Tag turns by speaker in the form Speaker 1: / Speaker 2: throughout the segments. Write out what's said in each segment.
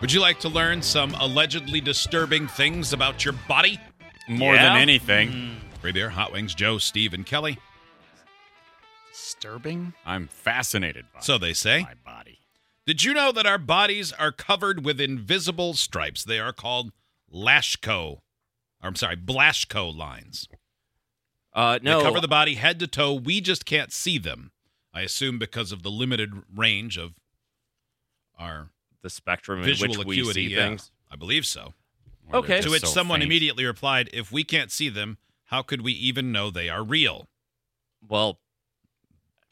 Speaker 1: Would you like to learn some allegedly disturbing things about your body?
Speaker 2: More
Speaker 3: Yeah?
Speaker 2: than anything,
Speaker 4: Mm.
Speaker 1: Free beer, hot wings, Joe, Steve, and Kelly.
Speaker 3: Disturbing?
Speaker 2: I'm fascinated by
Speaker 1: So they say.
Speaker 2: my body.
Speaker 1: Did you know that our bodies are covered with invisible stripes? They are called lashko, or I'm sorry, blashko lines.
Speaker 3: Uh,
Speaker 1: They cover the body head to toe. We just can't see them. I assume because of the limited range of our
Speaker 3: the spectrum in
Speaker 1: visual
Speaker 3: which
Speaker 1: acuity.
Speaker 3: we see
Speaker 1: yeah,
Speaker 3: things.
Speaker 1: I believe so.
Speaker 2: Or
Speaker 3: Okay.
Speaker 2: they're
Speaker 1: to
Speaker 2: just
Speaker 1: which
Speaker 2: so
Speaker 1: someone
Speaker 2: faint.
Speaker 1: immediately replied, "If we can't see them, how could we even know they are real?
Speaker 3: Well,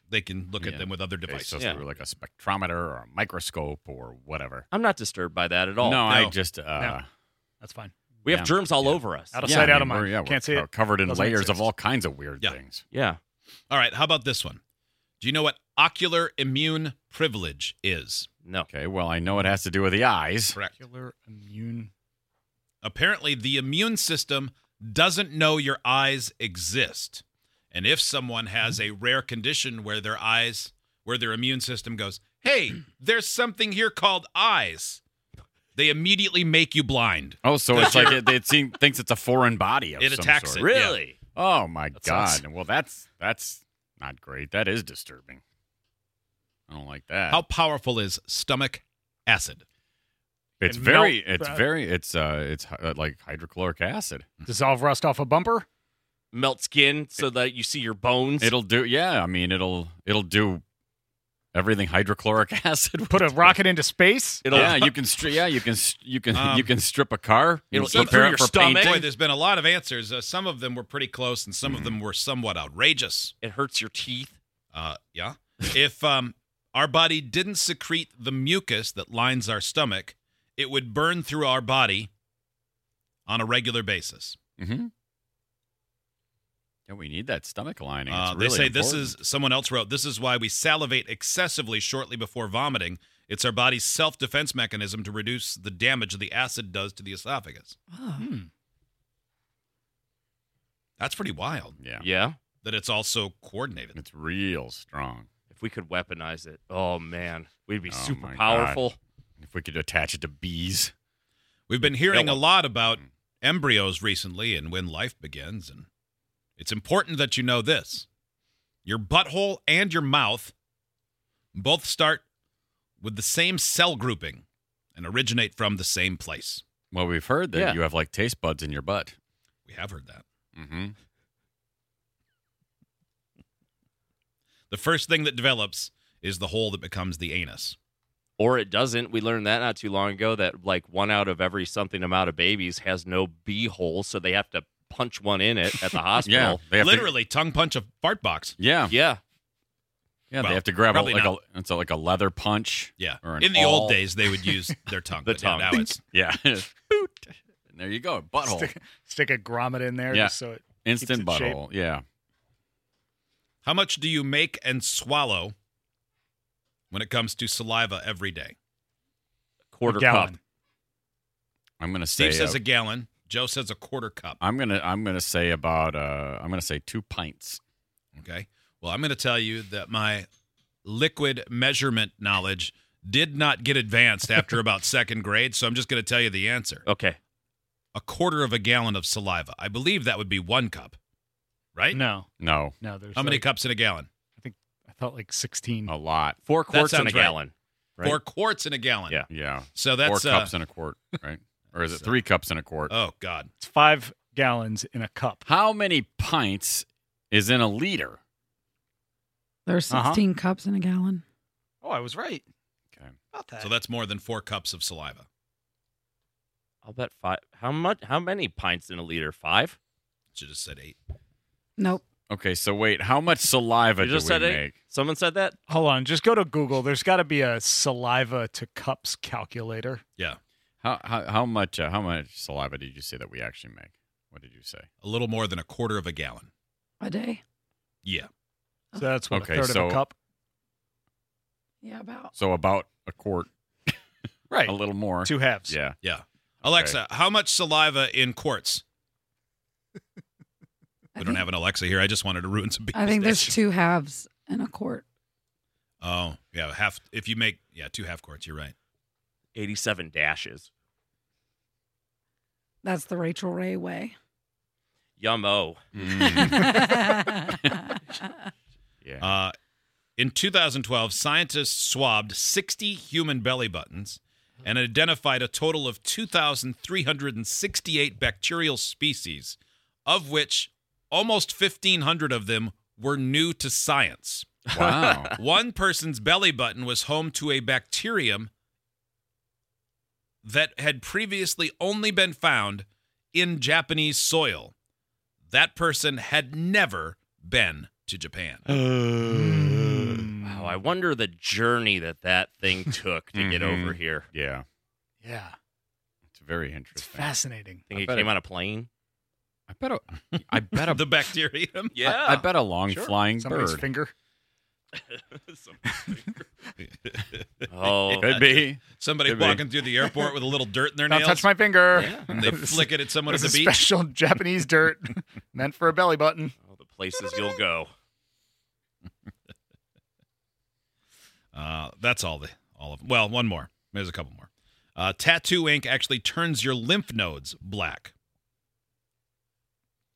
Speaker 1: They can look at
Speaker 2: Yeah.
Speaker 1: them with other
Speaker 2: Okay,
Speaker 1: devices."
Speaker 2: so
Speaker 3: Yeah.
Speaker 2: through like a spectrometer or a microscope or whatever.
Speaker 3: I'm not disturbed by that at all.
Speaker 2: No, I
Speaker 1: No.
Speaker 2: just uh,
Speaker 4: No. That's fine.
Speaker 3: we have
Speaker 2: yeah.
Speaker 3: germs all
Speaker 2: Yeah.
Speaker 3: over us.
Speaker 4: Out of
Speaker 2: yeah,
Speaker 4: sight,
Speaker 2: I
Speaker 4: out of
Speaker 2: mean,
Speaker 4: mind.
Speaker 2: we're- yeah, we're
Speaker 4: Can't see
Speaker 2: co-
Speaker 4: it.
Speaker 2: covered in
Speaker 4: Doesn't
Speaker 2: layers
Speaker 4: exist.
Speaker 2: of all kinds of weird
Speaker 1: Yeah.
Speaker 2: things.
Speaker 3: Yeah.
Speaker 1: All right, how about this one? Do you know what ocular immune privilege is?
Speaker 3: No.
Speaker 2: Okay, well, I know it has to do with the eyes.
Speaker 1: Correct.
Speaker 4: Killer immune.
Speaker 1: Apparently, the immune system doesn't know your eyes exist. And if someone has a rare condition where their eyes, where their immune system goes, hey, there's something here called eyes, they immediately make you blind.
Speaker 2: Oh, so it's like it, it seem, thinks it's a foreign body of
Speaker 1: It
Speaker 2: some
Speaker 1: attacks
Speaker 2: sort.
Speaker 1: it.
Speaker 3: Really?
Speaker 2: Oh my
Speaker 4: That
Speaker 2: god!
Speaker 4: sucks.
Speaker 2: Well, that's that's not great. That is disturbing. I don't like that.
Speaker 1: How powerful is stomach acid?
Speaker 2: it's
Speaker 4: It
Speaker 2: very,
Speaker 4: melt-
Speaker 2: it's
Speaker 4: uh,
Speaker 2: very, it's uh, it's uh, like hydrochloric acid.
Speaker 4: Dissolve rust off a bumper.
Speaker 3: Melt skin so that you see your bones.
Speaker 2: It'll do. Yeah, I mean, it'll it'll do everything hydrochloric acid.
Speaker 4: Put a rocket into space.
Speaker 3: It'll-
Speaker 2: yeah, you can. Stri- yeah, you can. St- you can.
Speaker 1: Um,
Speaker 2: you can strip a car.
Speaker 3: it'll
Speaker 2: prepare
Speaker 3: eat through
Speaker 2: it
Speaker 3: your
Speaker 2: for
Speaker 3: stomach.
Speaker 1: Boy,
Speaker 2: painting.
Speaker 1: there's been a lot of answers. Uh, some of them were pretty close, and some of them were somewhat outrageous.
Speaker 3: It hurts your teeth.
Speaker 1: Uh, yeah. if um, our body didn't secrete the mucus that lines our stomach, it would burn through our body on a regular basis.
Speaker 2: Mm-hmm. Yeah, we need that stomach lining. It's
Speaker 1: Uh,
Speaker 2: really
Speaker 1: they say this
Speaker 2: important.
Speaker 1: is someone else wrote. This is why we salivate excessively shortly before vomiting. It's our body's self-defense mechanism to reduce the damage the acid does to the esophagus. Hmm. That's pretty wild.
Speaker 2: Yeah,
Speaker 3: Yeah.
Speaker 1: That it's also coordinated.
Speaker 2: it's real strong.
Speaker 3: If we could weaponize it, oh man, we'd be
Speaker 2: Oh,
Speaker 3: super
Speaker 2: my God.
Speaker 3: powerful.
Speaker 2: If we could attach it to bees.
Speaker 1: We've been hearing a
Speaker 2: Yellow.
Speaker 1: lot about
Speaker 2: hmm.
Speaker 1: embryos recently and when life begins. And it's important that you know this your butthole and your mouth both start with the same cell grouping and originate from the same place.
Speaker 2: Well, we've heard that
Speaker 3: Yeah.
Speaker 2: you have like taste buds in your butt.
Speaker 1: We have heard that.
Speaker 2: Mm-hmm.
Speaker 1: The first thing that develops is the hole that becomes the anus.
Speaker 3: Or it doesn't. We learned that not too long ago that like one out of every something amount of babies has no bee hole, so they have to punch one in it at the
Speaker 2: Yeah,
Speaker 3: hospital.
Speaker 2: they have to-
Speaker 1: Literally, tongue punch a fart box.
Speaker 2: yeah,
Speaker 3: yeah.
Speaker 2: yeah.
Speaker 1: Well,
Speaker 2: they have to grab a,
Speaker 1: probably
Speaker 2: like a
Speaker 1: not.
Speaker 2: it's a, like a leather punch.
Speaker 1: Yeah.
Speaker 2: Or an
Speaker 1: In the
Speaker 2: awl.
Speaker 1: old days, they would use their tongue.
Speaker 3: The
Speaker 1: but yeah,
Speaker 3: tongue.
Speaker 1: Now it's
Speaker 2: Yeah, Boot. And there you go, butthole,
Speaker 4: Stick, stick a grommet in there
Speaker 2: Yeah.
Speaker 4: just so it.
Speaker 2: instant
Speaker 4: keeps it shape.
Speaker 2: butthole. Yeah,
Speaker 1: How much do you make and swallow when it comes to saliva every day?
Speaker 3: Quarter
Speaker 4: gallon.
Speaker 3: cup.
Speaker 2: I'm gonna say.
Speaker 1: Steve says
Speaker 2: uh,
Speaker 1: a gallon. Joe says a quarter cup.
Speaker 2: I'm gonna I'm gonna say about uh I'm gonna say two pints.
Speaker 1: Okay. Well, I'm going to tell you that my liquid measurement knowledge did not get advanced after about second grade. So I'm just going to tell you the answer
Speaker 3: Okay.
Speaker 1: a quarter of a gallon of saliva. I believe that would be one cup, right?
Speaker 4: No,
Speaker 2: No,
Speaker 4: no. There's
Speaker 1: How many
Speaker 4: like-
Speaker 1: cups in a gallon?
Speaker 4: I thought like sixteen.
Speaker 2: a lot.
Speaker 3: Four
Speaker 1: That
Speaker 3: quarts in a
Speaker 1: sounds right.
Speaker 3: gallon. Right.
Speaker 1: Four quarts in a gallon.
Speaker 3: Yeah.
Speaker 2: Yeah,
Speaker 1: So
Speaker 2: four
Speaker 1: that's. Uh,
Speaker 2: cups in a quart, right? Or is it
Speaker 1: So-
Speaker 2: three cups in a quart?
Speaker 1: oh, God.
Speaker 4: It's five gallons in a cup.
Speaker 2: How many pints is in a liter?
Speaker 5: There are
Speaker 4: Uh-huh.
Speaker 5: 16 cups in a gallon.
Speaker 4: Oh, I was right
Speaker 2: Okay,
Speaker 4: about that.
Speaker 1: So that's more than four cups of saliva.
Speaker 3: I'll bet five. How much? How many pints in a liter? Five.
Speaker 1: Should have said eight.
Speaker 5: Nope.
Speaker 2: okay. So wait, how much saliva
Speaker 3: You
Speaker 2: do we
Speaker 3: just said eight?
Speaker 2: make?
Speaker 3: Someone said that.
Speaker 4: Hold on, just go to Google. There's got to be a saliva to cups calculator.
Speaker 1: Yeah.
Speaker 2: How how how much uh, how much saliva did you say that we actually make? What did you say?
Speaker 1: A little more than a quarter of a gallon.
Speaker 5: A day.
Speaker 1: Yeah.
Speaker 4: So that's what
Speaker 2: Okay,
Speaker 4: a third
Speaker 2: so-
Speaker 4: of a cup.
Speaker 5: Yeah, about.
Speaker 2: So about a quart,
Speaker 4: Right,
Speaker 2: a little more.
Speaker 4: two halves.
Speaker 2: Yeah.
Speaker 1: Yeah. Alexa, how much saliva in quarts? We don't have an Alexa here. I just wanted to ruin some people's
Speaker 5: I think there's
Speaker 1: days.
Speaker 5: two halves and a quart.
Speaker 1: Oh, yeah, half. If you make yeah, two half quarts, you're right.
Speaker 3: 87 dashes.
Speaker 5: That's the Rachel Ray way.
Speaker 3: Yummo.
Speaker 5: Mm.
Speaker 2: Yeah.
Speaker 1: Uh, in 2012, scientists swabbed 60 human belly buttons and identified a total of 2,368 bacterial species, of which almost 1,500 of them were new to science.
Speaker 2: wow.
Speaker 1: One person's belly button was home to a bacterium that had previously only been found in Japanese soil. That person had never been to Japan.
Speaker 3: Uh,
Speaker 4: Hmm.
Speaker 3: Wow, I wonder the journey that that thing took to get
Speaker 2: Mhm.
Speaker 3: over here.
Speaker 2: Yeah.
Speaker 4: Yeah.
Speaker 2: It's very
Speaker 4: It's
Speaker 2: interesting.
Speaker 4: fascinating.
Speaker 3: Think
Speaker 2: bet
Speaker 3: it came
Speaker 2: it-
Speaker 3: on a plane?
Speaker 2: I bet a, I bet a,
Speaker 1: the bacterium.
Speaker 2: I- I, bet a long
Speaker 3: Sure.
Speaker 2: flying
Speaker 4: Somebody's
Speaker 2: bird.
Speaker 4: finger.
Speaker 3: oh,
Speaker 2: Could be.
Speaker 1: Somebody
Speaker 2: Could be.
Speaker 1: walking through the airport with a little dirt in their
Speaker 4: Don't
Speaker 1: nails.
Speaker 4: touch my finger.
Speaker 3: Yeah.
Speaker 1: and they flick it at someone at
Speaker 4: It's
Speaker 1: the
Speaker 4: a
Speaker 1: beach.
Speaker 4: special Japanese dirt meant for a belly button.
Speaker 3: all the places you'll go.
Speaker 1: Uh, that's all the all of them. Well, one more. There's a couple more. Uh, tattoo ink actually turns your lymph nodes black.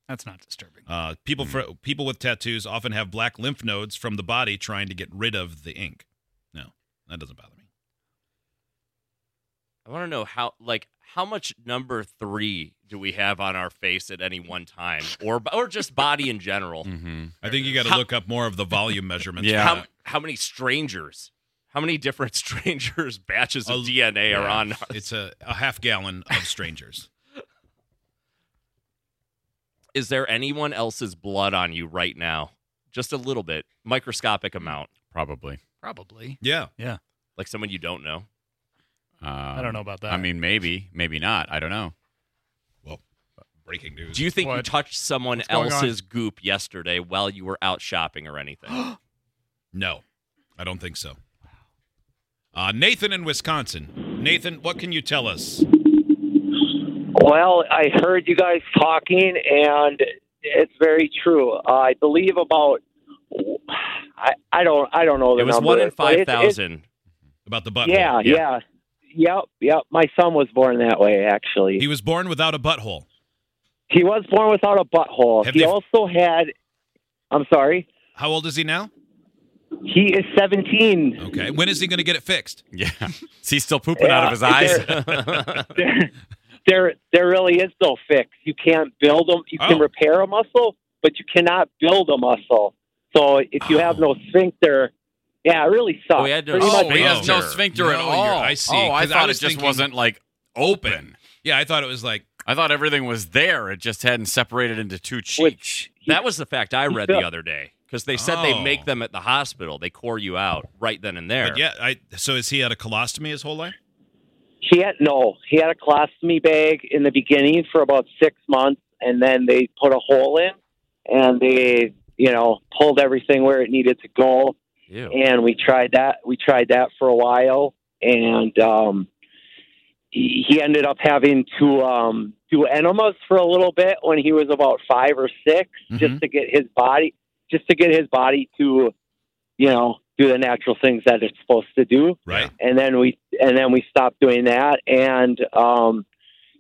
Speaker 4: That's not disturbing.
Speaker 1: Uh,
Speaker 3: Hmm.
Speaker 1: people for people with tattoos often have black lymph nodes from the body trying to get rid of the ink. No, that doesn't bother me.
Speaker 3: I want to know how, like, how much number three do we have on our face at any one time, or or just body in general?
Speaker 2: Mm-hmm.
Speaker 1: I think you got to
Speaker 3: How-
Speaker 1: look up more of the volume measurements.
Speaker 2: Yeah.
Speaker 1: for
Speaker 3: How
Speaker 1: that.
Speaker 3: how many strangers? How many different strangers batches of
Speaker 1: A-
Speaker 3: DNA are
Speaker 2: yeah.
Speaker 3: on?
Speaker 1: it's a, a half gallon of strangers.
Speaker 3: Is there anyone else's blood on you right now? Just a little bit, microscopic amount,
Speaker 2: Probably.
Speaker 4: Probably.
Speaker 1: yeah,
Speaker 3: like someone you don't know.
Speaker 2: Um, I
Speaker 4: don't know about that.
Speaker 2: I mean, maybe, maybe not. I don't know.
Speaker 1: breaking news.
Speaker 3: Do you think you
Speaker 4: What?
Speaker 3: touched someone
Speaker 4: What's going on?
Speaker 3: else's goop yesterday while you were out shopping or anything?
Speaker 1: No, I don't think so. Uh, Nathan in Wisconsin. Nathan, what can you tell us?
Speaker 6: Well, I heard you guys talking, and it's very true. I believe about I, I don't I don't know the
Speaker 3: it was
Speaker 6: number,
Speaker 3: one in
Speaker 6: but
Speaker 3: five
Speaker 6: it's- it's-
Speaker 3: thousand.
Speaker 1: About the butthole.
Speaker 6: Yeah, yeah, yep, yep. My son was born that way. Actually,
Speaker 1: He
Speaker 6: he,
Speaker 1: was born without a butthole.
Speaker 6: was born without a butthole.
Speaker 1: Have
Speaker 6: He
Speaker 1: they-
Speaker 6: also had. I'm sorry.
Speaker 1: How old is he now?
Speaker 6: He is 17.
Speaker 1: Okay. When is he going to get it fixed?
Speaker 2: Yeah. Is he still pooping out of
Speaker 6: Yeah,
Speaker 2: his eyes?
Speaker 6: there, there, there really is no fix. You can't build them. You
Speaker 1: Oh.
Speaker 6: can repair a muscle, but you cannot build a muscle. So if you have no sphincter, yeah, it really sucks.
Speaker 3: Oh, he had no
Speaker 6: Pretty
Speaker 2: Oh,
Speaker 6: much-
Speaker 2: he has no
Speaker 1: sphincter.
Speaker 2: sphincter at
Speaker 1: No,
Speaker 2: all.
Speaker 1: you're- I see,
Speaker 2: Oh, I
Speaker 1: 'cause I
Speaker 2: thought
Speaker 1: was
Speaker 2: it just
Speaker 1: thinking-
Speaker 2: wasn't like open.
Speaker 1: Yeah, I thought it was like
Speaker 2: I thought everything was there. It just hadn't separated into two cheeks.
Speaker 6: which
Speaker 3: That was the fact I read the other day because they said they
Speaker 1: Oh.
Speaker 3: make them at the hospital. They core you out right then and there.
Speaker 1: but yeah, I so is he had a colostomy his whole life?
Speaker 6: he had no. He had a colostomy bag in the beginning for about six months, and then they put a hole in, and they, you know, pulled everything where it needed to go.
Speaker 3: Ew.
Speaker 6: and we tried that we tried that for a while and um he he ended up having to um do enemas for a little bit when he was about five or 6
Speaker 2: Mm-hmm.
Speaker 6: just to get his body just to get his body to you know do the natural things that it's supposed to do
Speaker 1: Right.
Speaker 6: and then we and then we stopped doing that and um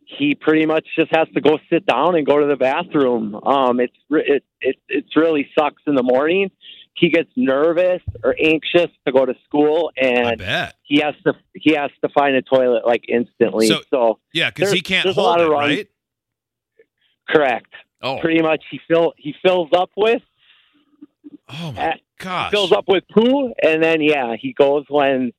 Speaker 6: he pretty much just has to go sit down and go to the bathroom um it's re- it it it really sucks in the morning he gets nervous or anxious to go to school
Speaker 1: I
Speaker 6: and
Speaker 1: bet.
Speaker 6: he has to he has to find a toilet like instantly
Speaker 1: So-
Speaker 6: so,
Speaker 1: Yeah, because he
Speaker 6: There's-
Speaker 1: can't
Speaker 6: there's a
Speaker 1: hold
Speaker 6: lot
Speaker 1: it,
Speaker 6: of wrong-
Speaker 1: right?
Speaker 6: correct
Speaker 2: Oh,
Speaker 6: pretty much he fill he fills up with
Speaker 1: Oh
Speaker 6: Uh,
Speaker 1: my gosh.
Speaker 6: fills up with poo and then yeah he goes when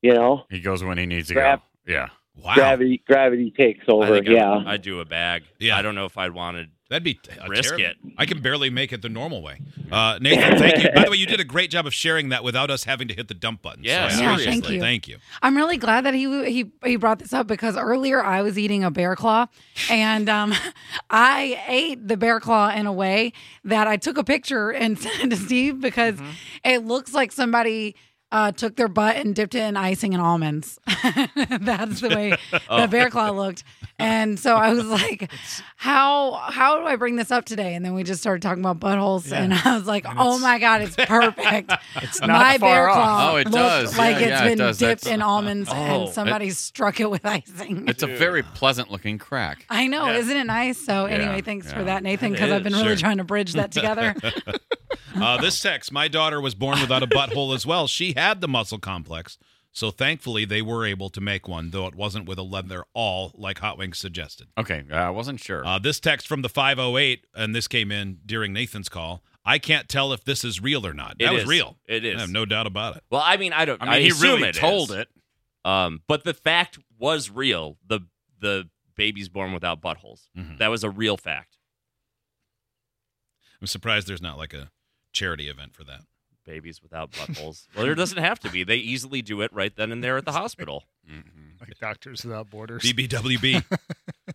Speaker 6: you know
Speaker 2: he goes when he needs to
Speaker 6: Grab-
Speaker 2: go. Yeah.
Speaker 1: Wow.
Speaker 6: gravity gravity takes
Speaker 3: I
Speaker 6: over
Speaker 3: think I'd-
Speaker 6: yeah
Speaker 3: I'd, do a bag.
Speaker 1: Yeah.
Speaker 3: I don't know if I'd want
Speaker 1: That'd be t-
Speaker 3: to risk
Speaker 1: terrible.
Speaker 3: it.
Speaker 1: I can barely make it the normal way. Uh, Nathan, thank you. By the way, you did a great job of sharing that without us having to hit the dump button.
Speaker 3: Yeah,
Speaker 1: so I
Speaker 5: Yeah,
Speaker 1: appreciate
Speaker 5: thank
Speaker 1: it.
Speaker 5: you.
Speaker 1: Thank you.
Speaker 5: I'm really glad that he he he brought this up because earlier I was eating a bear claw, and um, I ate the bear claw in a way that I took a picture and sent it to Steve because
Speaker 7: Mm-hmm.
Speaker 5: it looks like somebody. Uh, took
Speaker 7: Oh.
Speaker 5: their butt and dipped it in icing and almonds. That's the way the bear claw looked, And so I was like, how how do I bring this up today? And then we just started talking about buttholes,
Speaker 4: Yeah.
Speaker 5: and I was like,
Speaker 4: And
Speaker 5: oh
Speaker 4: it's-
Speaker 5: my god, it's perfect.
Speaker 4: It's not
Speaker 5: my
Speaker 4: far
Speaker 5: bear
Speaker 4: off.
Speaker 5: claw
Speaker 7: Oh, it
Speaker 5: looked
Speaker 7: does.
Speaker 5: like
Speaker 7: Yeah,
Speaker 5: it's
Speaker 7: yeah, it
Speaker 5: been
Speaker 7: does.
Speaker 5: dipped
Speaker 7: That's-
Speaker 5: in almonds,
Speaker 7: Oh,
Speaker 5: and
Speaker 7: it-
Speaker 5: somebody struck it with icing.
Speaker 7: It's a very pleasant looking crack.
Speaker 5: I know,
Speaker 4: Yeah.
Speaker 5: isn't it nice? So
Speaker 7: Yeah,
Speaker 5: anyway, thanks for
Speaker 7: yeah.
Speaker 5: that, Nathan,
Speaker 1: That
Speaker 5: because I've been
Speaker 1: is,
Speaker 5: really
Speaker 1: sure.
Speaker 5: trying to bridge that together.
Speaker 1: Uh, this text My daughter was born without a butthole as well. She had the muscle complex, so thankfully they were able to make one, though it wasn't with a leather all like Hot Wings suggested.
Speaker 2: Okay, I wasn't sure.
Speaker 1: Uh, this text from the 508, and this came in during Nathan's call. I can't tell if this is real or not.
Speaker 3: It
Speaker 1: that
Speaker 3: is.
Speaker 1: was real.
Speaker 3: It is.
Speaker 1: I have no doubt about it.
Speaker 3: Well, I mean, I don't.
Speaker 2: I mean, he
Speaker 3: assume
Speaker 2: really
Speaker 3: it
Speaker 2: told
Speaker 3: is.
Speaker 2: it.
Speaker 3: Um, but the fact was real. The the baby's born without buttholes.
Speaker 2: Hmm.
Speaker 1: Mhm.
Speaker 3: That was a real fact.
Speaker 1: I'm surprised there's not like a charity event for that.
Speaker 3: Babies without buttholes. well, there doesn't have to be. They easily do it right then and there at the hospital.
Speaker 2: Mhm.
Speaker 4: Like Doctors Without Borders.
Speaker 1: BBWB.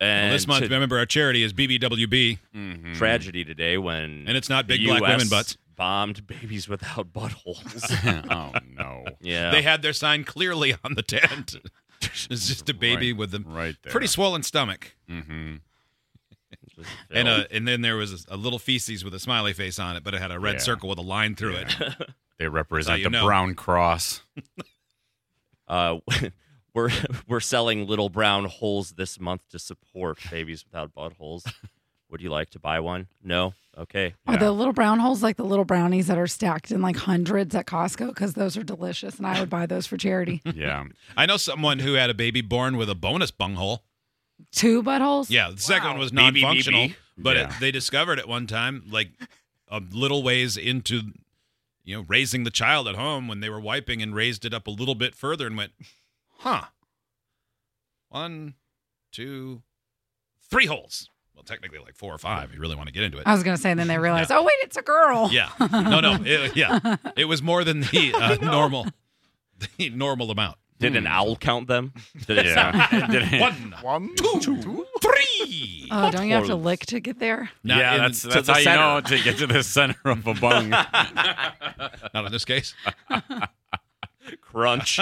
Speaker 3: And
Speaker 1: Well, this month,
Speaker 3: to
Speaker 1: remember, our charity is BBWB,
Speaker 2: Mhm.
Speaker 3: tragedy today when
Speaker 1: Mm-hmm. and it's not
Speaker 3: the
Speaker 1: big black
Speaker 3: US
Speaker 1: women butts.
Speaker 3: bombed babies without buttholes.
Speaker 2: oh no!
Speaker 3: yeah,
Speaker 1: They had their sign clearly on the tent. it's just a baby with a
Speaker 2: Right there.
Speaker 1: pretty swollen stomach.
Speaker 2: Mm-hmm.
Speaker 3: Just
Speaker 1: And
Speaker 3: filled.
Speaker 1: uh, and then there was a little feces with a smiley face on it, but it had a red
Speaker 2: Yeah.
Speaker 1: circle with a line through it.
Speaker 2: They represent
Speaker 1: you
Speaker 2: the
Speaker 1: know.
Speaker 2: brown cross.
Speaker 3: uh, we're we're selling little brown holes this month to support babies without buttholes. Would you like to buy one? No. Okay.
Speaker 5: Are the little brown holes like the little brownies that are stacked in like hundreds at Costco? Because those are delicious, and I would buy those for charity.
Speaker 2: Yeah.
Speaker 1: I know someone who had a baby born with a bonus bunghole.
Speaker 5: Two buttholes.
Speaker 1: Yeah, the second one was
Speaker 3: BBBB.
Speaker 1: non-functional, but it,
Speaker 2: Yeah.
Speaker 1: they discovered at one time, like a little ways into, you know, raising the child at home when they were wiping and raised it up a little bit further and went, huh, one, two, three holes. Well, technically like four or five. If you really want to get into it.
Speaker 5: I was gonna say, and then they realized, oh wait, it's a girl.
Speaker 1: Yeah. No, no. It, yeah. It was more than the uh, normal, the normal amount.
Speaker 3: Did an owl count them? Did it sound-
Speaker 2: Yeah. Did it-
Speaker 1: Hmm. One,
Speaker 4: One,
Speaker 1: two,
Speaker 4: two.
Speaker 1: three.
Speaker 5: Oh, don't you have to
Speaker 3: Buttholes.
Speaker 5: lick to get there?
Speaker 1: Not
Speaker 2: yeah,
Speaker 1: in-
Speaker 2: that's
Speaker 3: to
Speaker 2: that's
Speaker 3: the
Speaker 2: how you know to get to the center of a bung.
Speaker 1: not in this case.
Speaker 3: crunch?